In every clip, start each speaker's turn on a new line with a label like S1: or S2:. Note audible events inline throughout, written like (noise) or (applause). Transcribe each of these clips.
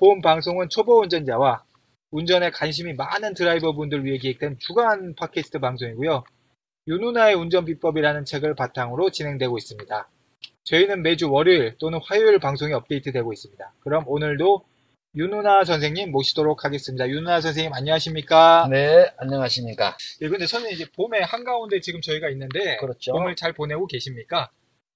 S1: 본 방송은 초보 운전자와 운전에 관심이 많은 드라이버 분들 위해 기획된 주간 팟캐스트 방송이고요. 윤누나의 운전 비법이라는 책을 바탕으로 진행되고 있습니다. 저희는 매주 월요일 또는 화요일 방송이 업데이트되고 있습니다. 그럼 오늘도 윤누나 선생님 모시도록 하겠습니다. 윤누나 선생님 안녕하십니까?
S2: 네, 안녕하십니까.
S1: 예, 근데 선생님 이제 봄에 한가운데 지금 저희가 있는데
S2: 그렇죠.
S1: 봄을 잘 보내고 계십니까?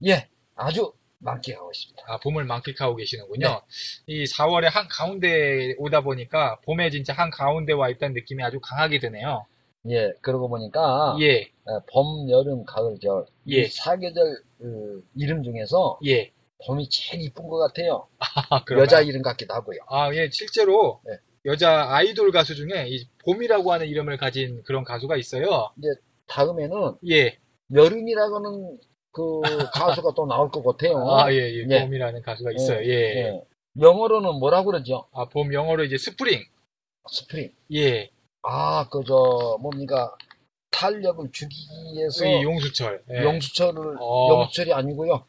S2: 예, 아주 만끽하고 있습니다.
S1: 아, 봄을 만끽하고 계시는군요. 이 4월에 한가운데 오다 보니까 봄에 진짜 한가운데 와 있다는 느낌이 아주 강하게 드네요.
S2: 예, 그러고 보니까
S1: 예,
S2: 어, 봄, 여름, 가을, 겨울
S1: 예.
S2: 이 사계절 그, 이름 중에서
S1: 예.
S2: 봄이 제일 이쁜 것 같아요.
S1: 아, 그런가요?
S2: 여자 이름 같기도 하고요.
S1: 아, 예, 실제로
S2: 네.
S1: 여자 아이돌 가수 중에 이 봄이라고 하는 이름을 가진 그런 가수가 있어요.
S2: 다음에는
S1: 예.
S2: 여름이라고는
S1: (laughs)
S2: 그 가수가 또 나올 것 같아요.
S1: 아, 예, 예.
S2: 예.
S1: 봄이라는 가수가
S2: 예,
S1: 있어요. 예.
S2: 예. 영어로는 뭐라 그러죠?
S1: 아, 봄 영어로 이제 스프링.
S2: 스프링.
S1: 예.
S2: 아, 그저 뭡니까 탄력을 주기 위해서
S1: 이 용수철. 예.
S2: 어. 용수철을
S1: 어.
S2: 용수철이 아니고요.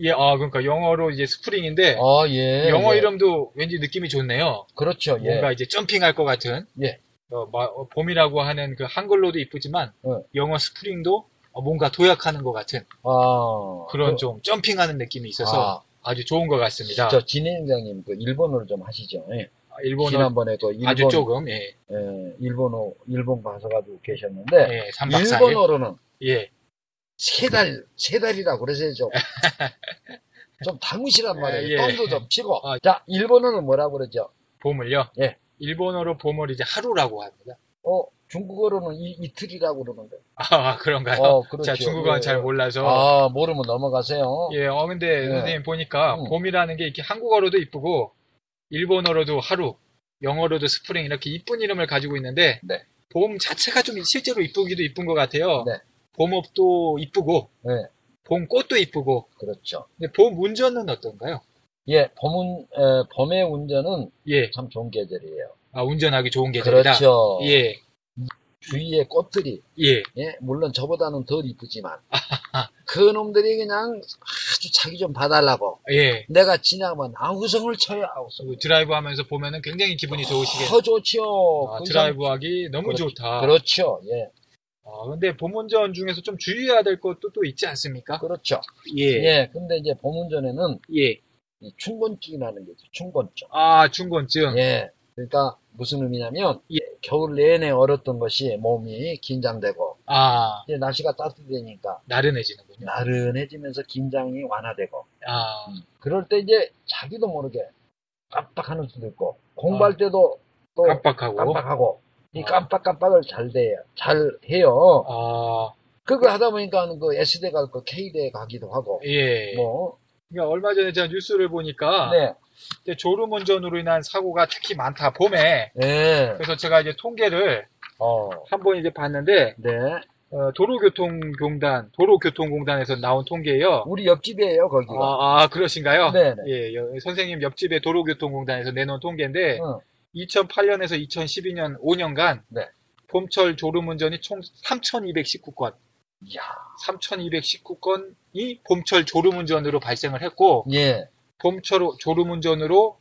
S1: 예, 아, 그러니까 영어로 이제 스프링인데
S2: 아, 예.
S1: 영어
S2: 예.
S1: 이름도 왠지 느낌이 좋네요.
S2: 그렇죠. 예.
S1: 뭔가 이제 점핑할 것 같은.
S2: 예.
S1: 어, 마- 어, 봄이라고 하는 그 한글로도 이쁘지만
S2: 예.
S1: 영어 스프링도 어, 뭔가 도약하는 것 같은
S2: 아,
S1: 그런
S2: 그-
S1: 좀 점핑하는 느낌이 있어서
S2: 아,
S1: 아, 주 좋은 것 같습니다. 아,
S2: 저 진행장님 그 일본어를 좀 하시죠. 예.
S1: 일본어
S2: 지난번에 그 일본
S1: 아주 조금 예,
S2: 예, 일본어 일본 가셔가지고 계셨는데
S1: 예, 3박 4일.
S2: 일본어로는
S1: 예,
S2: 세 달, 세 달이라고 그러세요
S1: (laughs)
S2: 좀. 좀 당무시란
S1: 예,
S2: 말이에요.
S1: 예.
S2: 똥도 좀 치고.
S1: 아.
S2: 자, 일본어는 뭐라 그러죠?
S1: 봄을요.
S2: 예.
S1: 일본어로 봄을 이제 하루라고 합니다.
S2: 어, 중국어로는 이, 이틀이라고 그러는데.
S1: 아, 그런가요?
S2: 어, 그렇죠.
S1: 자, 중국어는
S2: 예,
S1: 잘
S2: 예.
S1: 몰라서.
S2: 아, 모르면 넘어가세요.
S1: 예, 어, 근데
S2: 예.
S1: 선생님 보니까
S2: 음.
S1: 봄이라는 게 이렇게 한국어로도 이쁘고, 일본어로도 하루, 영어로도 스프링 이렇게 이쁜 이름을 가지고 있는데,
S2: 네.
S1: 봄 자체가 좀 실제로 이쁘기도 이쁜 것 같아요.
S2: 네.
S1: 봄업도 이쁘고,
S2: 네.
S1: 봄꽃도 이쁘고,
S2: 그렇죠.
S1: 근데 봄 운전은 어떤가요?
S2: 예, 봄은, 에, 봄의 운전은
S1: 예,
S2: 참 좋은 계절이에요.
S1: 아, 운전하기 좋은 계절이다.
S2: 그렇죠.
S1: 예,
S2: 주위에 꽃들이
S1: 예,
S2: 예, 물론 저보다는 덜
S1: (laughs)
S2: 이쁘지만, 그 놈들이 그냥 아주 자기 좀 봐달라고.
S1: 예.
S2: 내가 지나면 아우성을 쳐요, 아우성.
S1: 드라이브 하면서 보면은 굉장히 기분이 좋으시겠네요.
S2: 더 좋지요.
S1: 아,
S2: 그
S1: 드라이브 하기 너무
S2: 그렇죠.
S1: 좋다.
S2: 상- 그렇죠, 예,
S1: 아, 근데 봄 운전 중에서 좀 주의해야 될 것도 또 있지 않습니까?
S2: 그렇죠. 예. 근데 이제 봄운전에는
S1: 예.
S2: 이 충곤증이라는 게 있죠, 충곤증.
S1: 아, 중곤증.
S2: 예, 그러니까 무슨 의미냐면,
S1: 예.
S2: 겨울 내내 얼었던 것이 몸이 긴장되고,
S1: 아,
S2: 이제 날씨가 따뜻해지니까
S1: 나른해지는군요.
S2: 나른해지면서 긴장이 완화되고,
S1: 아,
S2: 그럴 때 이제 자기도 모르게 깜빡하는 수도 있고 공부할 때도 또
S1: 아. 어, 깜빡하고.
S2: 깜빡하고 이
S1: 아.
S2: 깜빡깜빡을 잘 돼요. 잘 해요.
S1: 아,
S2: 그거 하다 보니까 그 S대 가고 K대 가기도 하고
S1: 예. 아.
S2: 뭐
S1: 그러니까 얼마 전에 제가 뉴스를 보니까
S2: 네.
S1: 이제 졸음 운전으로 인한 사고가 특히 많다, 봄에.
S2: 네.
S1: 그래서 제가 이제 통계를
S2: 어.
S1: 한 번 이제 봤는데,
S2: 네.
S1: 어, 도로교통공단, 도로교통공단에서 나온 통계예요.
S2: 우리 옆집이에요, 거기가.
S1: 아, 아, 그러신가요?
S2: 네, 네.
S1: 예, 여- 선생님 옆집의 도로교통공단에서 내놓은 통계인데,
S2: 응.
S1: 2008년에서 2012년 5년간,
S2: 네.
S1: 봄철 졸음운전이 총 3,219건,
S2: 이야.
S1: 3,219건이 봄철 졸음운전으로 발생을 했고,
S2: 예.
S1: 봄철 졸음운전으로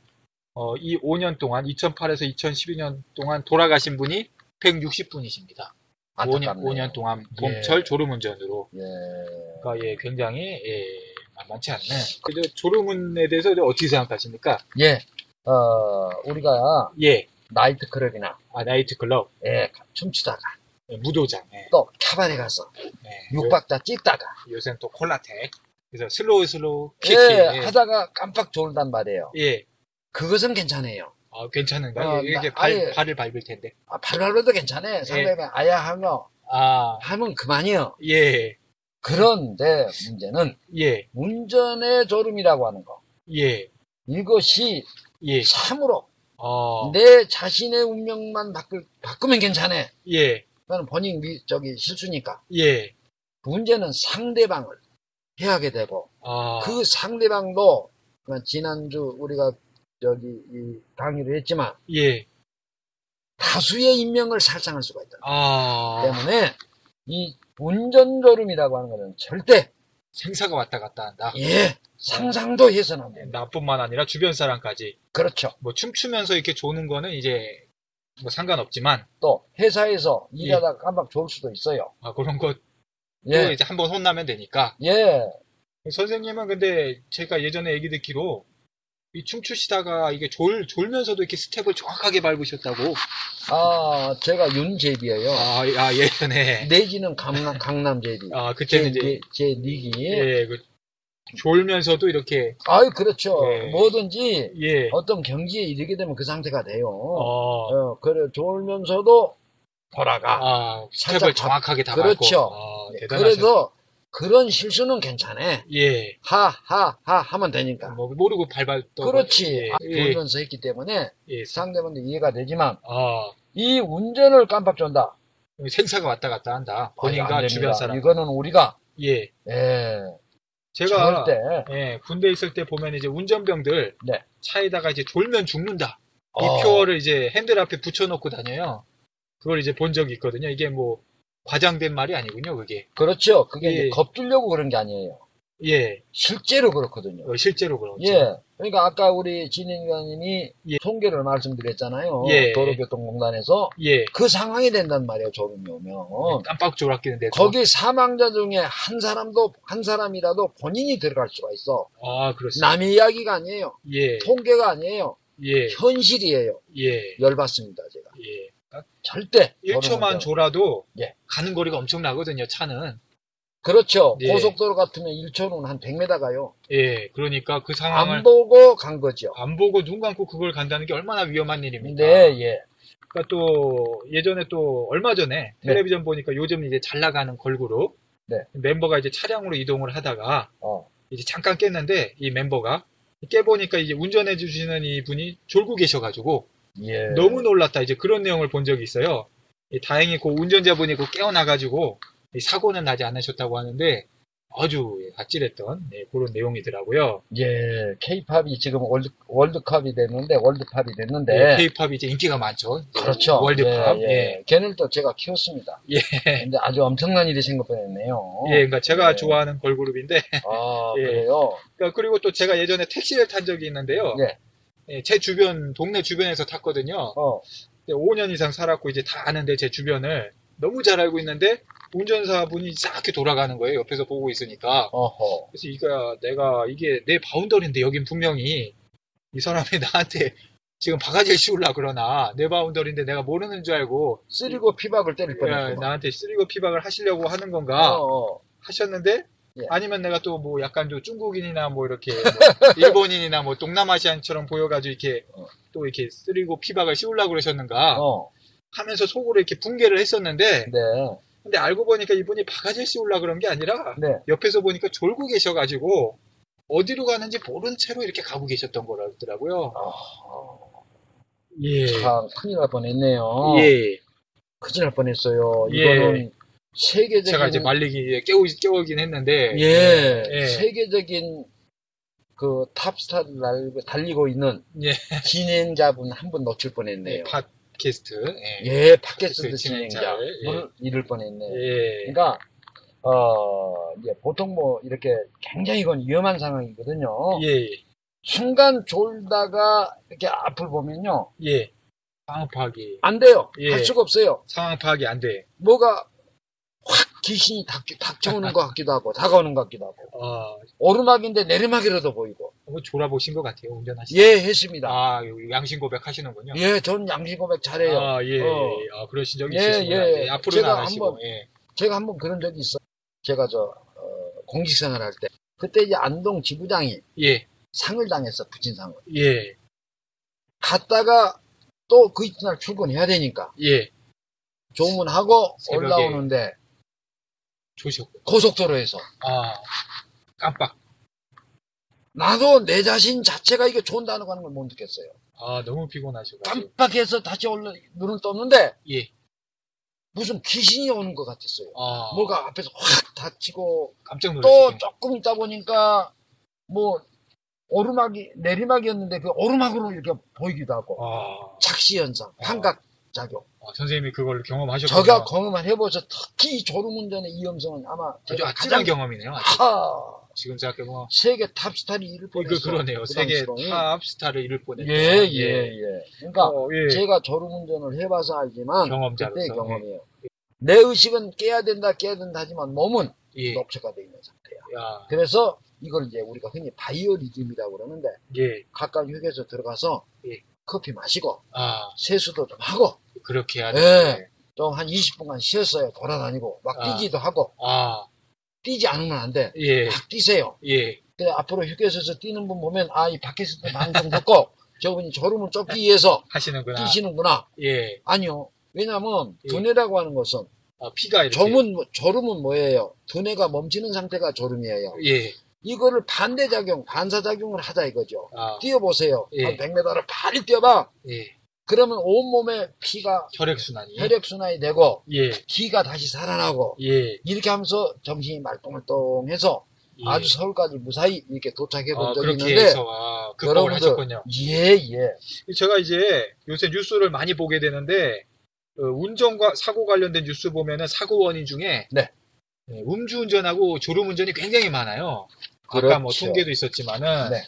S1: 어, 이 5년 동안, 2008에서 2012년 동안 돌아가신 분이 160분이십니다. 5년,
S2: 안타깝네요.
S1: 5년 동안
S2: 예.
S1: 봄철 졸음운전으로.
S2: 예.
S1: 그러니까 예, 굉장히 예, 만만치 않네. 근데 졸음운에 대해서 이제 어떻게 생각하십니까?
S2: 예. 어, 우리가
S1: 예,
S2: 나이트 클럽이나
S1: 아, 나이트클럽,
S2: 예, 춤추다가
S1: 예, 무도장, 예,
S2: 또 카바레 가서
S1: 예.
S2: 육박자 찍다가
S1: 요, 요새는 또 콜라텍, 그래서 슬로우 슬로우
S2: 예,
S1: 키키 예,
S2: 하다가 깜빡 졸단 말이에요.
S1: 예.
S2: 그것은 괜찮아요.
S1: 아, 괜찮은가?
S2: 어,
S1: 요 이게
S2: 나-
S1: 발,
S2: 아예-
S1: 발을 밟을 텐데.
S2: 아, 발발로도
S1: 예.
S2: 괜찮아요. 상대방이 아야 하며
S1: 아,
S2: 하면 그만이요.
S1: 예,
S2: 그런데 문제는
S1: 예,
S2: 운전의 졸음이라고 하는 거.
S1: 예,
S2: 이것이
S1: 예.
S2: 참으로
S1: 어,
S2: 내 자신의 운명만 바꿀, 바꾸면 괜찮아.
S1: 예,
S2: 그건 본인 위- 저기 실수니까.
S1: 예.
S2: 문제는 상대방을 해하게 되고
S1: 아,
S2: 그 상대방도 그냥 지난주 우리가 저기 이 강의를 했지만
S1: 예,
S2: 다수의 인명을 살상할 수가 있다.
S1: 아.
S2: 때문에 이 운전조름이라고 하는 것은 절대
S1: 생사가 왔다 갔다 한다. 예,
S2: 예 상상도 해서는 안 됩니다.
S1: 나뿐만 아니라 주변 사람까지.
S2: 그렇죠.
S1: 뭐 춤추면서 이렇게 조는 거는 이제 뭐 상관없지만,
S2: 또 회사에서
S1: 예.
S2: 일하다가 깜빡 졸 수도 있어요.
S1: 아, 그런 것도
S2: 예.
S1: 이제 한번 혼나면 되니까.
S2: 예,
S1: 선생님은 근데 제가 예전에 얘기 듣기로 이 춤추시다가 이게 졸, 졸면서도 이렇게 스텝을 정확하게 밟으셨다고.
S2: 아, 제가 윤제비예요
S1: 아, 아 예전에.
S2: 내지는 강남, 강남제비.
S1: 아,
S2: 제,
S1: 그때는 이제,
S2: 제, 제 닉이.
S1: 예, 그, 졸면서도 이렇게,
S2: 아유, 그렇죠.
S1: 예.
S2: 뭐든지
S1: 예,
S2: 어떤 경지에 이르게 되면 그 상태가 돼요. 어.
S1: 어,
S2: 그래, 좋으면서도 돌아가.
S1: 아,
S2: 살짝
S1: 스텝을 정확하게 다
S2: 그렇죠.
S1: 밟고. 아, 대단하셨어.
S2: 그래서 그런 실수는 괜찮아.
S1: 예.
S2: 하, 하, 하 하면 되니까.
S1: 뭐, 모르고 밟았던.
S2: 그렇지. 아,
S1: 거. 예, 예,
S2: 돌면서 했기 때문에
S1: 예.
S2: 상대방도 이해가 되지만
S1: 아,
S2: 이 운전을 깜빡 존다.
S1: 생사가 왔다 갔다 한다.
S2: 아유, 안
S1: 본인과
S2: 됩니다.
S1: 주변 사람.
S2: 이거는 우리가
S1: 예.
S2: 예,
S1: 제가
S2: 절대
S1: 예, 군대 있을 때 보면 이제 운전병들
S2: 네.
S1: 차에다가 이제 졸면 죽는다. 이
S2: 어.
S1: 표어를 이제 핸들 앞에 붙여놓고 다녀요. 그걸 이제 본 적이 있거든요. 이게 뭐 과장된 말이 아니군요, 그게.
S2: 그렇죠. 그게 이제
S1: 예.
S2: 겁주려고 그런 게 아니에요.
S1: 예,
S2: 실제로 그렇거든요.
S1: 어, 실제로 그렇죠.
S2: 예. 그러니까 아까 우리 진행위원님이
S1: 예.
S2: 통계를 말씀드렸잖아요.
S1: 예.
S2: 도로교통공단에서
S1: 예.
S2: 그 상황이 된단 말이에요. 졸음이 오면.
S1: 깜빡 졸았겠는데.
S2: 어. 거기 사망자 중에 한 사람도 한 사람이라도 본인이 들어갈 수가 있어.
S1: 아, 그렇습니다.
S2: 남의 이야기가 아니에요.
S1: 예,
S2: 통계가 아니에요.
S1: 예,
S2: 현실이에요.
S1: 예,
S2: 열받습니다. 제가
S1: 예.
S2: 절대
S1: 1초만
S2: 걸으면
S1: 졸아도
S2: 예.
S1: 가는 거리가 엄청나거든요, 차는.
S2: 그렇죠.
S1: 예.
S2: 고속도로 같으면 1초는 한 100m 가요.
S1: 예, 그러니까 그 상황을
S2: 안 보고 간 거죠.
S1: 안 보고 눈 감고 그걸 간다는 게 얼마나 위험한 일입니까?
S2: 근데 예.
S1: 그러니까 또 예전에 또 얼마 전에
S2: 네.
S1: 텔레비전 보니까 요즘 이제 잘 나가는 걸그룹
S2: 네.
S1: 멤버가 이제 차량으로 이동을 하다가
S2: 어.
S1: 이제 잠깐 깼는데 이 멤버가 깨보니까 이제 운전해 주시는 이 분이 졸고 계셔가지고
S2: 예.
S1: 너무 놀랐다 이제 그런 내용을 본 적이 있어요. 이 다행히 그 운전자분이 그 깨어나가지고 이 사고는 나지 않으셨다고 하는데 아주 예, 아찔했던 예, 그런 내용이더라고요.
S2: 예, 케이팝이 지금 월드, 월드컵이 됐는데, 월드팝이 됐는데.
S1: 예, 케이팝이 이제 인기가 많죠. 이제
S2: 네. 그렇죠.
S1: 월드컵.
S2: 예, 예.
S1: 예.
S2: 걔는 또 제가 키웠습니다.
S1: 예.
S2: 근데 아주 엄청난 일이 생길 뻔했네요.
S1: 예, 그러니까 제가
S2: 예.
S1: 좋아하는 걸그룹인데
S2: 아,
S1: 예.
S2: 그래요?
S1: 그러니까 그리고 또 제가 예전에 택시를 탄 적이 있는데요.
S2: 예.
S1: 예, 제 주변 동네 주변에서 탔거든요.
S2: 어,
S1: 근데 5년 이상 살았고 이제 다 아는데 제 주변을 너무 잘 알고 있는데 운전사분이 싹게 돌아가는 거예요. 옆에서 보고 있으니까.
S2: 어허.
S1: 그래서 이거 내가 이게 내 바운더리인데 여긴 분명히 이 사람이 (laughs) 나한테 지금 바가지를 씌우려 그러나 내 바운더리인데 내가 모르는 줄 알고
S2: 쓰리고 피박을 때릴
S1: 예,
S2: 뻔했구만.
S1: 나한테 쓰리고 피박을 하시려고 하는 건가
S2: 어, 어.
S1: 하셨는데
S2: 예.
S1: 아니면 내가 또 뭐 약간 좀 중국인이나 뭐 이렇게
S2: (laughs)
S1: 뭐 일본인이나 뭐 동남아시안처럼 보여가지고 이렇게
S2: 어.
S1: 또 이렇게 쓰리고 피박을 씌우려고 그러셨는가
S2: 어,
S1: 하면서 속으로 이렇게 붕괴를 했었는데
S2: 네.
S1: 근데 알고 보니까 이분이 바가지를 씌우려고 그런 게 아니라
S2: 네.
S1: 옆에서 보니까 졸고 계셔가지고 어디로 가는지 모른 채로 이렇게 가고 계셨던 거라더라고요.
S2: 아,
S1: 예.
S2: 참, 큰일 날 뻔했네요.
S1: 예.
S2: 큰일 날 뻔했어요.
S1: 예.
S2: 이거는 세계적인.
S1: 제가 이제 말리기 깨우, 깨우긴 했는데
S2: 예,
S1: 예.
S2: 세계적인 그 탑스타를 날고- 달리고 있는
S1: 예.
S2: 진행자분 한 분 놓칠 뻔했네요.
S1: 예, 팟캐스트 예.
S2: 예, 팟캐스트
S1: 그
S2: 진행자
S1: 진행자를, 예.
S2: 분을 잃을 뻔했네요.
S1: 예.
S2: 그러니까 어, 이제 보통 뭐 이렇게 굉장히 이건 위험한 상황이거든요.
S1: 예.
S2: 순간 졸다가 이렇게 앞을 보면요,
S1: 예. 상황 파악이
S2: 안 돼요.
S1: 예.
S2: 할 수가 없어요.
S1: 상황 파악이 안 돼.
S2: 뭐가 확 귀신이 닥, 닥쳐오는 것 같기도 하고 다가오는 것 같기도 하고
S1: 아,
S2: 오르막인데 내리막이라도 보이고
S1: 한번 뭐 졸아보신 것 같아요 운전하시다.
S2: 예 했습니다.
S1: 아, 요- 양심 고백하시는군요.
S2: 예, 전 양심 고백 잘해요.
S1: 아, 예,
S2: 어.
S1: 예. 아, 그러신 적이
S2: 예,
S1: 있으시구나.
S2: 예.
S1: 네, 앞으로는
S2: 제가
S1: 안 하시고.
S2: 한번-
S1: 예.
S2: 제가 한번 그런 적이 있어요. 제가 저, 어, 공직생활 할 때, 그때 이제 안동 지부장이
S1: 예,
S2: 상을 당했어 부친상을.
S1: 예,
S2: 갔다가 또 그 이튿날 출근해야 되니까
S1: 예.
S2: 조문하고
S1: 새벽에.
S2: 올라오는데
S1: 조셨고.
S2: 고속도로에서
S1: 아, 깜빡.
S2: 나도 내 자신 자체가 이게 좋은 단어가 하는 걸 못 느꼈어요.
S1: 아, 너무 피곤하셔가지고.
S2: 깜빡해서 다시 올라 눈을 떴는데
S1: 예.
S2: 무슨 귀신이 오는 것 같았어요.
S1: 아,
S2: 뭐가 앞에서 확 닥치고
S1: 깜짝
S2: 또
S1: 놀랐어요.
S2: 조금 있다 보니까 뭐 오르막이 내리막이었는데 그 오르막으로 이렇게 보이기도 하고
S1: 아,
S2: 착시 현상, 환각 작용.
S1: 아, 선생님이 그걸 경험하셨군요.
S2: 저가 경험을 해보죠. 특히 이 졸음운전의 위험성은 아마
S1: 아주
S2: 제가
S1: 아찔한
S2: 가장-
S1: 경험이네요. 아주.
S2: 하
S1: 지금 생각해보면.
S2: 세계 탑스타를 이를
S1: 어, 이거
S2: 뻔했어.
S1: 그러네요.
S2: 그
S1: 세계
S2: 당시로는.
S1: 탑스타를 잃을 뻔했죠.
S2: 예, 예, 예. 그러니까
S1: 어, 예.
S2: 제가 졸음운전을 해봐서 알지만
S1: 경험자로서. 예.
S2: 그때의 경험이에요. 내 의식은 깨야 된다, 깨야 된다 하지만 몸은
S1: 예. 아,
S2: 녹초가 되어 있는 상태야.
S1: 야,
S2: 그래서 이걸 이제 우리가 흔히 바이오리듬이라고 그러는데
S1: 예.
S2: 가까운 휴게소 들어가서
S1: 예.
S2: 커피 마시고
S1: 아,
S2: 세수도 좀 하고
S1: 그렇게 해야
S2: 예.
S1: 되는데.
S2: 좀 한 20분간 쉬었어요. 돌아다니고 막
S1: 네. 아.
S2: 뛰기도 하고
S1: 아,
S2: 뛰지 않으면 안 돼.
S1: 예,
S2: 막 뛰세요.
S1: 예.
S2: 그래 앞으로 휴게소에서 뛰는 분 보면 아 이 밖에서도 방송 듣고 (laughs) 저분이 졸음을 쫓기 위해서
S1: 하시는구나.
S2: 뛰시는구나.
S1: 예.
S2: 아니요. 왜냐하면
S1: 아. 예.
S2: 두뇌라고 하는 것은
S1: 아, 피가 이렇게.
S2: 점은 뭐- 졸음은 뭐예요? 두뇌가 멈추는 상태가 졸음이에요.
S1: 예.
S2: 이거를 반대작용, 반사작용을 하자 이거죠.
S1: 아,
S2: 뛰어보세요.
S1: 예.
S2: 한 100m를 빨리 뛰어봐.
S1: 예.
S2: 그러면 온몸에 피가
S1: 혈액순환이.
S2: 혈액순환이 되고
S1: 예,
S2: 기가 다시 살아나고
S1: 예. 예.
S2: 이렇게 하면서 정신이 말똥말똥해서 아주 서울까지 무사히 이렇게 도착해 본
S1: 아,
S2: 적이
S1: 그렇게
S2: 있는데
S1: 해서 아, 극복을 하셨군요.
S2: 예, 예.
S1: 제가 이제 요새 뉴스를 많이 보게 되는데 어, 운전과 사고 관련된 뉴스 보면은 사고 원인 중에
S2: 네.
S1: 네, 음주운전하고 졸음운전이 굉장히 많아요. 아까 뭐
S2: 그렇죠.
S1: 통계도 있었지만은
S2: 네.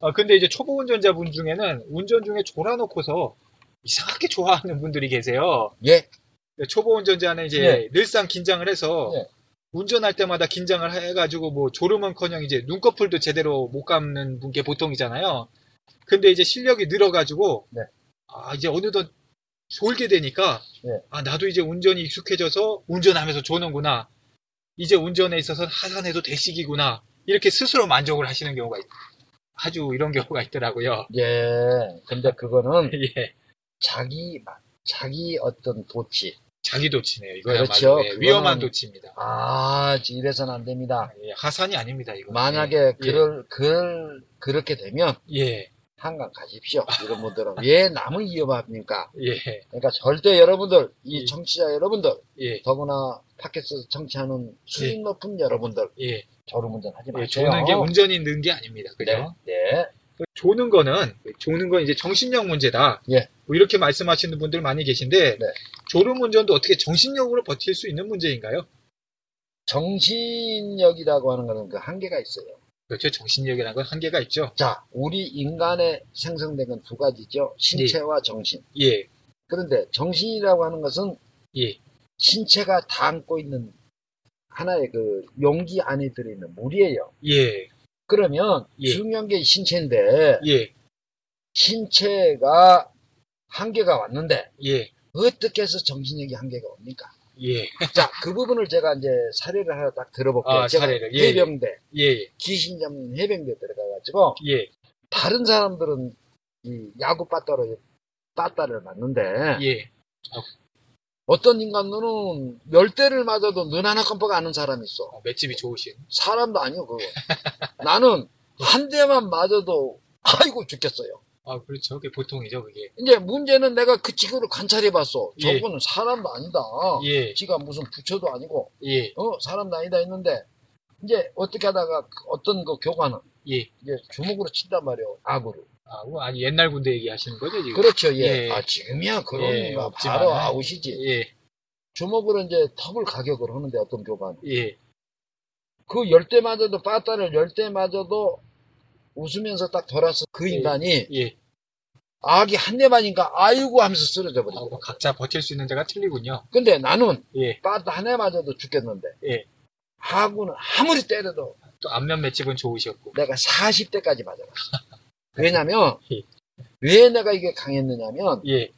S1: 아, 근데 이제 초보 운전자분 중에는 운전 중에 졸아놓고서 이상하게 좋아하는 분들이 계세요.
S2: 예.
S1: 네, 초보 운전자는 이제
S2: 네.
S1: 늘상 긴장을 해서
S2: 네.
S1: 운전할 때마다 긴장을 해가지고 뭐 졸음은커녕 이제 눈꺼풀도 제대로 못 감는 게 보통이잖아요. 근데 이제 실력이 늘어가지고
S2: 네.
S1: 아 이제 어느덧 졸게 되니까
S2: 네.
S1: 아 나도 이제 운전이 익숙해져서 운전하면서 조는구나. 이제 운전에 있어서는 하산해도 대식이구나. 이렇게 스스로 만족을 하시는 경우가 있, 아주 이런 경우가 있더라고요. (laughs)
S2: 예. 근데 그거는
S1: 예.
S2: 자기, 마- 자기 어떤 도치.
S1: 자기 도치네요. 이거야말로
S2: 그렇죠.
S1: 예,
S2: 그거는-
S1: 위험한 도치입니다.
S2: 아, 이래서는 안 됩니다.
S1: 예, 하산이 아닙니다. 이거.
S2: 만약에 그럴 그럴 그렇게 되면
S1: 예.
S2: 한강 가십시오.
S1: (laughs)
S2: 이런 분들은 왜 남을 위협합니까?
S1: 예.
S2: 그러니까 절대 여러분들
S1: 예.
S2: 이 청취자 여러분들
S1: 예.
S2: 더구나 팟캐스트 청취하는 수준 높은 여러분들
S1: 예.
S2: 졸음운전 하지
S1: 예,
S2: 마세요.
S1: 조는 게 운전이 는 게 아닙니다.
S2: 네,
S1: 그죠?
S2: 네.
S1: 조는 거는, 조는 건 이제 정신력 문제다.
S2: 예.
S1: 뭐 이렇게 말씀하시는 분들 많이 계신데,
S2: 네.
S1: 졸음 운전도 어떻게 정신력으로 버틸 수 있는 문제인가요?
S2: 정신력이라고 하는 거는 그 한계가 있어요.
S1: 그렇죠. 정신력이라는 건 한계가 있죠.
S2: 자, 우리 인간의 생성된 건 두 가지죠. 신체와 정신.
S1: 예.
S2: 그런데 정신이라고 하는 것은
S1: 예.
S2: 신체가 다 안고 있는 하나의 그 용기 안에 들어있는 물이에요.
S1: 예.
S2: 그러면
S1: 예.
S2: 중요한 게 신체인데
S1: 예.
S2: 신체가 한계가 왔는데
S1: 예.
S2: 어떻게 해서 정신력이 한계가 옵니까?
S1: 예.
S2: 자, 그 부분을 제가 이제 사례를 하나 딱 들어볼게요.
S1: 아,
S2: 제가
S1: 사례를. 예, 예.
S2: 해병대,
S1: 예.
S2: 귀신 잡는 해병대 들어가가지고
S1: 예.
S2: 다른 사람들은 이 야구 빠따로 빠따를 맞는데
S1: 예.
S2: 어떤 인간들은 열 대를 맞아도 눈 하나 깜빡 안 하는 사람이 있어.
S1: 어, 맷집이 좋으신.
S2: 사람도
S1: (laughs)
S2: 아니요 그거. 나는 한 대만 맞아도 아이고 죽겠어요.
S1: 아, 그렇죠. 그게 보통이죠. 그게.
S2: 이제 문제는 내가 그 친구를 관찰해봤어.
S1: 예.
S2: 저분은 사람도 아니다.
S1: 예.
S2: 지가 무슨 부처도 아니고
S1: 예.
S2: 어 사람도 아니다 했는데 이제 어떻게 하다가 그 어떤 그 교관은
S1: 예.
S2: 이제 주먹으로 친단 말이에요. 악으로.
S1: 아, 뭐, 아니, 옛날 군대 얘기하시는 거죠, 지금?
S2: 그렇죠. 예.
S1: 예.
S2: 아 지금이야
S1: 예,
S2: 그런가
S1: 없지만.
S2: 바로 아웃이지.
S1: 예.
S2: 주먹으로 이제 턱을 가격을 하는데 어떤 교관.
S1: 예.
S2: 그 열 대마저도 빠따를 열 대마저도 웃으면서 딱 돌아서 그
S1: 예.
S2: 인간이
S1: 예.
S2: 악이 한 대만인가 아이고 하면서 쓰러져
S1: 아,
S2: 버리고
S1: 뭐 각자 버틸 수 있는 자가 틀리군요.
S2: 근데 나는
S1: 예.
S2: 빠따 한 대마저도 죽겠는데
S1: 예.
S2: 하고는 아무리 때려도
S1: 또 앞면 맷집은 좋으셨고.
S2: 내가
S1: (laughs)
S2: 40대까지 맞아봤어 왜냐면
S1: 예.
S2: 왜 내가 이게 강했느냐면
S1: 예.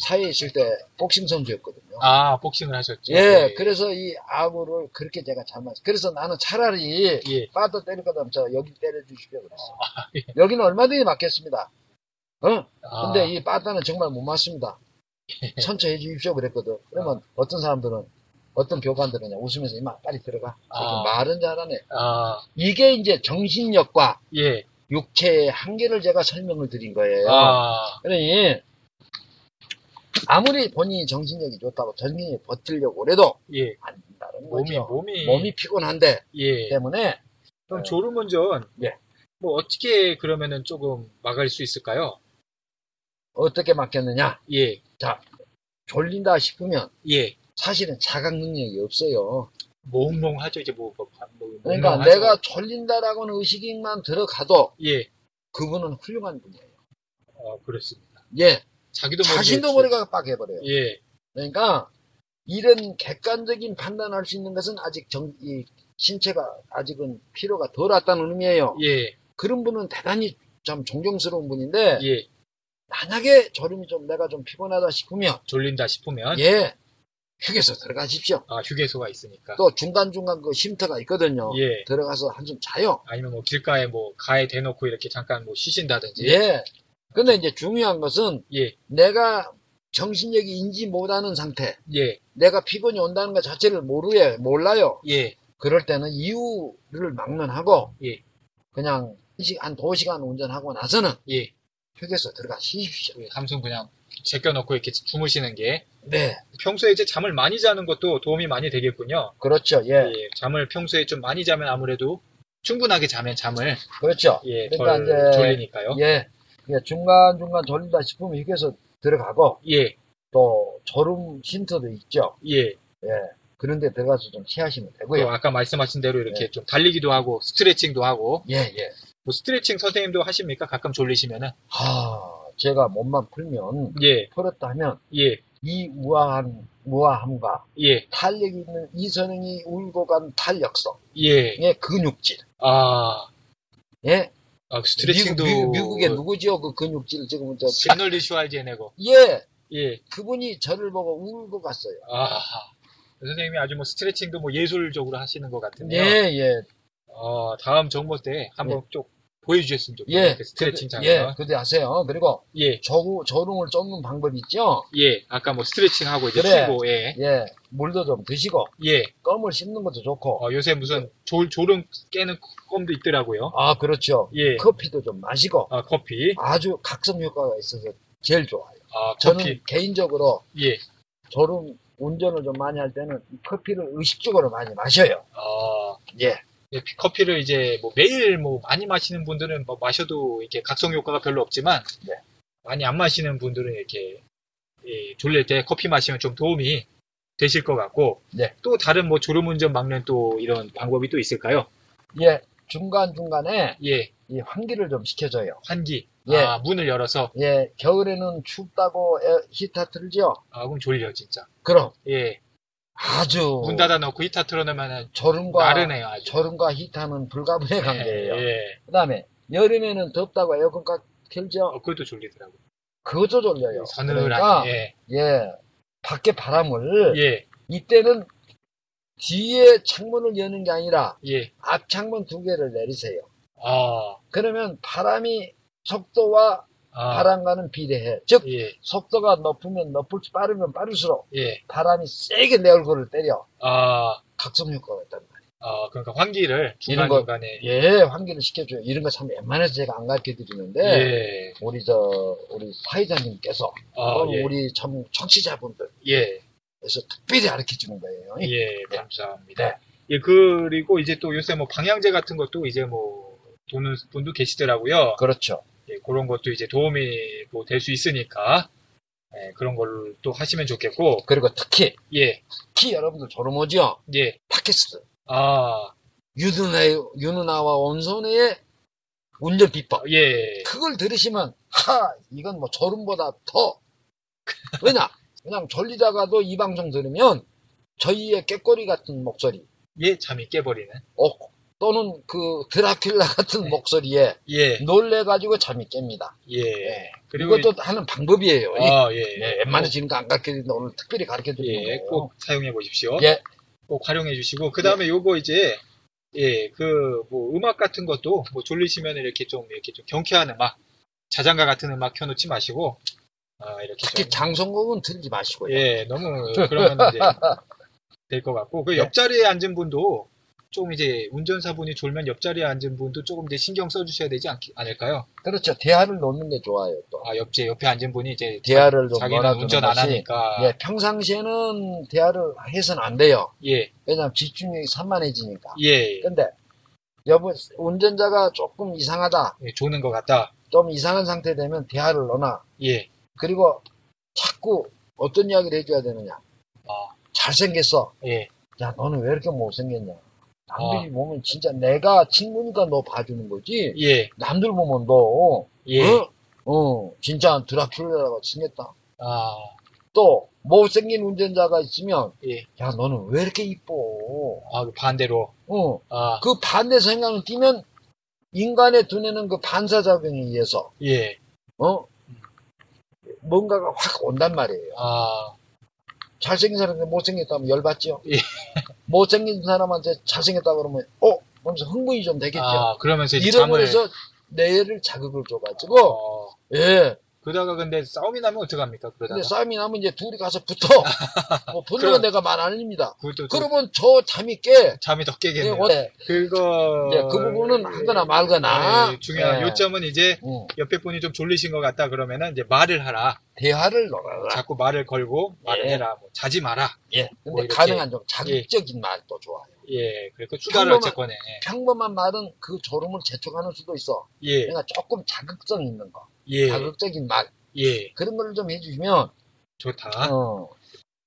S2: 사회에 있을 때 복싱 선수였거든요.
S1: 아, 복싱을 하셨죠.
S2: 예, 그래서 이 암호를 그렇게 제가 잘맞 그래서 나는 차라리
S1: 예.
S2: 빠져 때릴 거다 하면 저 여기 때려주십시오 그랬어요. 여기는 얼마든지 맞겠습니다. 어?
S1: 아, 예.
S2: 근데 이 빠따는 정말 못 맞습니다. 천천히 해주십시오 그랬거든. 그러면
S1: 아.
S2: 어떤 사람들은 어떤 교관들은 그냥 웃으면서 이만 빨리 들어가.
S1: 아.
S2: 말은 잘하네.
S1: 아,
S2: 이게 이제 정신력과
S1: 예.
S2: 육체의 한계를 제가 설명을 드린 거예요.
S1: 아,
S2: 그러니 아무리 본인이 정신력이 좋다고 정신이 버틸려고 그래도
S1: 예.
S2: 안 된다는
S1: 몸이,
S2: 거죠.
S1: 몸이.
S2: 몸이 피곤한데
S1: 예.
S2: 때문에
S1: 그럼 졸음운전.
S2: 예.
S1: 뭐 어떻게 그러면은 조금 막을 수 있을까요?
S2: 어떻게 맡겼느냐
S1: 예.
S2: 졸린다 싶으면
S1: 예.
S2: 사실은 자각 능력이 없어요
S1: 몽롱하죠. 이제 뭐, 뭐, 뭐
S2: 그러니까
S1: 몽롱하죠.
S2: 내가 졸린다라고는 의식만 들어가도
S1: 예.
S2: 그분은 훌륭한 분이에요
S1: 어, 그렇습니다.
S2: 예
S1: 자기도 모르게
S2: 자신도 머리가 빡해버려요
S1: 예.
S2: 그러니까 이런 객관적인 판단할 수 있는 것은 아직 정, 이 신체가 아직은 피로가 덜 왔다는 의미예요
S1: 예.
S2: 그런 분은 대단히 참 존경스러운 분인데
S1: 예.
S2: 만약에 졸음이 좀 내가 좀 피곤하다 싶으면
S1: 졸린다 싶으면
S2: 예 휴게소 들어가십시오
S1: 아, 휴게소가 있으니까.
S2: 또 중간중간 그 쉼터가 있거든요.
S1: 예.
S2: 들어가서 한숨 자요.
S1: 아니면 뭐 길가에 뭐 가에 대놓고 이렇게 잠깐 뭐 쉬신다든지.
S2: 예. 근데 이제 중요한 것은
S1: 예.
S2: 내가 정신력이 인지 못하는 상태,
S1: 예.
S2: 내가 피곤이 온다는 것 자체를 모르에 몰라요.
S1: 예.
S2: 그럴 때는 이유를 막론하고
S1: 예.
S2: 그냥 한 시- 한 2시간 운전하고 나서는
S1: 예.
S2: 휴게소 들어가 쉬십시오.
S1: 그 삼순 그냥 제껴놓고 이렇게 주무시는 게
S2: 네.
S1: 평소에 이제 잠을 많이 자는 것도 도움이 많이 되겠군요.
S2: 그렇죠. 예.
S1: 예, 잠을 평소에 좀 많이 자면 아무래도 충분하게 자면 잠을
S2: 그렇죠.
S1: 예, 덜
S2: 그러니까 이제-
S1: 졸리니까요.
S2: 예. 그러니까 중간중간 졸린다 싶으면 휴게소 들어가고
S1: 예,
S2: 또 졸음 쉼터도 있죠.
S1: 예.
S2: 예. 그런데 들어가서 좀 취하시면 되고요.
S1: 또 아까 말씀하신 대로 이렇게
S2: 네.
S1: 좀 달리기도 하고 스트레칭도 하고
S2: 예, 예.
S1: 뭐 스트레칭 선생님도 하십니까? 가끔 졸리시면은
S2: 하, 아, 제가 몸만 풀면,
S1: 예,
S2: 풀었다 하면,
S1: 예,
S2: 이 우아한, 우아함과
S1: 예,
S2: 탄력이 있는 이선행이 울고 간 탄력성,
S1: 예.
S2: 예, 근육질,
S1: 아,
S2: 예.
S1: 아, 스트레칭도 어.
S2: 미국, 미국, 의 누구지요? 그 근육질 지금 저,
S1: 아놀드 슈왈제네거.
S2: 예.
S1: 예,
S2: 그분이 저를 보고 울고 갔어요.
S1: 아. 선생님이 아주 뭐 스트레칭도 뭐 예술적으로 하시는 것 같은데요.
S2: 예, 예,
S1: 어, 다음 정보 때 한번 쭉 보여주셨으면 좋겠어요.
S2: 예.
S1: 그 스트레칭
S2: 그,
S1: 장면.
S2: 예, 그대 하세요. 그리고
S1: 예,
S2: 저, 저롱을 쫓는 방법이 있죠?
S1: 예. 아까 뭐 스트레칭 하고 이제
S2: 그래.
S1: 쉬고, 예,
S2: 예, 물도 좀 드시고,
S1: 예.
S2: 껌을 씹는 것도 좋고,
S1: 어, 요새 무슨 졸, 졸음 깨는 껌도 있더라고요.
S2: 아, 그렇죠.
S1: 예.
S2: 커피도 좀 마시고,
S1: 아, 커피.
S2: 아주 각성 효과가 있어서 제일 좋아요.
S1: 아,
S2: 저는
S1: 커피.
S2: 개인적으로
S1: 예.
S2: 졸음 운전을 좀 많이 할 때는 이 커피를 의식적으로 많이 마셔요.
S1: 아,
S2: 예.
S1: 예, 피- 커피를 이제 뭐 매일 뭐 많이 마시는 분들은 뭐 마셔도 이렇게 각성 효과가 별로 없지만
S2: 네.
S1: 많이 안 마시는 분들은 이렇게 예, 졸릴 때 커피 마시면 좀 도움이 되실 것 같고
S2: 네.
S1: 또 다른 뭐 졸음 운전 막는 또 이런 방법이 또 있을까요?
S2: 예. 중간중간에
S1: 예,
S2: 이 환기를 좀 시켜줘요.
S1: 환기.
S2: 예.
S1: 아, 문을 열어서
S2: 예. 겨울에는 춥다고 에- 히터 틀죠?
S1: 아, 그럼 졸려 진짜.
S2: 그럼
S1: 예,
S2: 아주
S1: 문 닫아 놓고 히터 틀어놓으면
S2: 졸음과
S1: 나르네요 아주.
S2: 졸음과 히터는 불가분의 관계예요.
S1: 예,
S2: 그 다음에 여름에는 덥다고 에어컨 깍
S1: 어,
S2: 틀죠?
S1: 그것도 졸리더라고요.
S2: 그것도 졸려요.
S1: 서늘한.
S2: 그러니까
S1: 예,
S2: 예. 밖에 바람을
S1: 예,
S2: 이때는 뒤에 창문을 여는 게 아니라
S1: 예.
S2: 앞 창문 두 개를 내리세요.
S1: 아,
S2: 그러면 바람이 속도와
S1: 아,
S2: 바람과는 비례해. 즉
S1: 예,
S2: 속도가 높으면 높을 빠르면 빠를수록
S1: 예,
S2: 바람이 세게 내 얼굴을 때려
S1: 아.
S2: 각성 효과가 있단 말이에요.
S1: 아, 그러니까 환기를
S2: 이런 거-
S1: 중간중간에
S2: 예, 환기를 시켜줘요. 이런 거 참 웬만해서 제가 안 가르쳐 드리는데
S1: 예.
S2: 우리 저 우리 사회자님께서
S1: 아,
S2: 또
S1: 예.
S2: 우리 참 청취자분들
S1: 예.
S2: 그래서 특별히 가르쳐 주는 거예요.
S1: 예, 감사합니다. 예, 그리고 이제 또 요새 뭐 방향제 같은 것도 이제 뭐 도는 분도 계시더라고요.
S2: 그렇죠.
S1: 예, 그런 것도 이제 도움이 뭐 될 수 있으니까 예, 그런 걸 또 하시면 좋겠고.
S2: 그리고 특히
S1: 예.
S2: 특히 여러분들 졸음 오죠.
S1: 예.
S2: 팟캐스트
S1: 아,
S2: 유누나의, 유누나와 원손의 운전 비법.
S1: 예.
S2: 그걸 들으시면, 하, 이건 뭐 졸음보다 더. 왜냐? 그냥 졸리다가도 이 방송 들으면 저희의 깨꼬리 같은 목소리,
S1: 예, 잠이 깨버리는.
S2: 어, 또는 그 드라큘라
S1: 네.
S2: 같은 목소리에
S1: 예,
S2: 놀래가지고 잠이 깹니다.
S1: 예.
S2: 예.
S1: 그리고
S2: 이것도 하는 방법이에요. 이-
S1: 아, 예,
S2: 예,
S1: 예.
S2: 웬만해 지는 거 안 가르쳐 드리는데 오늘 특별히 가르쳐 드리는
S1: 예,
S2: 거예요.
S1: 꼭 어? 그렇죠. 사용해 보십시오.
S2: 예.
S1: 꼭 활용해 주시고 그
S2: 네.
S1: 다음에 요거 이제 예, 그 뭐 음악 같은 것도 뭐 졸리시면 이렇게 좀 이렇게 좀 경쾌한 음악, 자장가 같은 음악 켜놓지 마시고 아, 이렇게 좀
S2: 특히 장성곡은 들지 마시고요.
S1: 예, 너무 그러면
S2: (laughs)
S1: 이제 될 것 같고 그
S2: 네.
S1: 옆자리에 앉은 분도 좀 이제 운전사분이 졸면 옆자리에 앉은 분도 조금 이제 신경 써주셔야 되지 않, 않을까요?
S2: 그렇죠. 대화를 놓는 게 좋아요. 또
S1: 아 옆에 옆에 앉은 분이 이제
S2: 대화를 좀
S1: 자기는
S2: 놀아주는
S1: 운전 안
S2: 것이,
S1: 하니까
S2: 예, 평상시에는 대화를 해서는 안 돼요.
S1: 예,
S2: 왜냐하면 집중력이 산만해지니까.
S1: 예,
S2: 근데 여보 운전자가 조금 이상하다,
S1: 예, 조는 것 같다.
S2: 좀 이상한 상태 되면 대화를 넣어놔.
S1: 예,
S2: 그리고 자꾸 어떤 이야기를 해줘야 되느냐.
S1: 아.
S2: 잘생겼어.
S1: 예,
S2: 야, 너는 왜 이렇게 못생겼냐. 남들이
S1: 아.
S2: 보면 진짜 내가 친구니까 너 봐주는 거지.
S1: 예,
S2: 남들 보면 너,
S1: 예.
S2: 어? 어, 진짜 드라큘라가 생겼다.
S1: 아,
S2: 또, 못생긴 운전자가 있으면,
S1: 예.
S2: 야, 너는 왜 이렇게 이뻐.
S1: 아, 그 반대로.
S2: 어,
S1: 아,
S2: 그 반대 성향을 띠면, 인간의 두뇌는 그 반사작용에 의해서,
S1: 예,
S2: 어? 뭔가가 확 온단 말이에요.
S1: 아,
S2: 잘생긴 사람한테 못생겼다면 열받죠.
S1: 예.
S2: 못생긴 사람한테 잘생겼다 그러면, 어? 하면서 흥분이 좀 되겠죠.
S1: 아, 그러면서 이제
S2: 이런
S1: 잠을.
S2: 거에서 뇌를 자극을 줘가지고,
S1: 어,
S2: 예.
S1: 그러다가 근데 싸움이 나면 어떡합니까? 그러다가.
S2: 근데 싸움이 나면 이제 둘이 가서
S1: (laughs)
S2: 붙어. 뭐 분노가
S1: 그럼-
S2: 내가 말 안 합니다.
S1: 그것도 또
S2: 그러면 저 잠이 깨.
S1: 잠이 더
S2: 예,
S1: 깨겠네요. 어,
S2: 예.
S1: 그거
S2: 예, 그 부분은 하거나 말거나.
S1: 예, 중요한
S2: 예.
S1: 요점은 이제
S2: 음,
S1: 옆에 분이 좀 졸리신 것 같다 그러면은 이제 말을 하라.
S2: 대화를 넣어라.
S1: 자꾸 말을 걸고 말을
S2: 예.
S1: 해라. 뭐 자지 마라.
S2: 예.
S1: 뭐
S2: 근데
S1: 이렇게.
S2: 가능한 좀 자극적인 말도 좋아요.
S1: 예, 그리고 수다를
S2: 평범한-
S1: 어쨌거나 예.
S2: 평범한 말은 그 졸음을 재촉하는 수도 있어.
S1: 예,
S2: 그러니까 조금 자극성 있는 거.
S1: 예,
S2: 자극적인 말.
S1: 예,
S2: 그런 걸 좀 해주시면,
S1: 좋다.
S2: 어,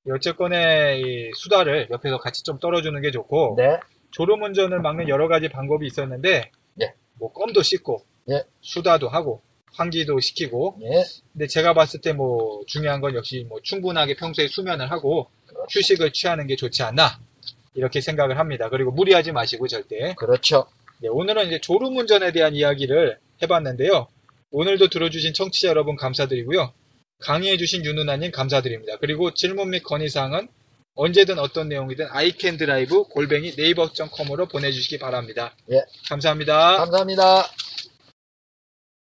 S1: 어쨌거나 이 수다를 옆에서 같이 좀 떨어주는 게 좋고
S2: 네.
S1: 졸음 운전을 막는 여러 가지 방법이 있었는데
S2: 예.
S1: 뭐 껌도 씻고
S2: 예.
S1: 수다도 하고 환기도 시키고
S2: 예.
S1: 근데 제가 봤을 때 뭐 중요한 건 역시 뭐 충분하게 평소에 수면을 하고 휴식을 취하는 게 좋지 않나 이렇게 생각을 합니다. 그리고 무리하지 마시고 절대.
S2: 그렇죠.
S1: 네, 오늘은 이제 졸음 운전에 대한 이야기를 해봤는데요. 오늘도 들어주신 청취자 여러분 감사드리고요. 강의해주신 윤은아님 감사드립니다. 그리고 질문 및 건의사항은 언제든 어떤 내용이든 아이캔드라이브 골뱅이 네이버.com으로 보내주시기 바랍니다.
S2: 예.
S1: 감사합니다.
S2: 감사합니다.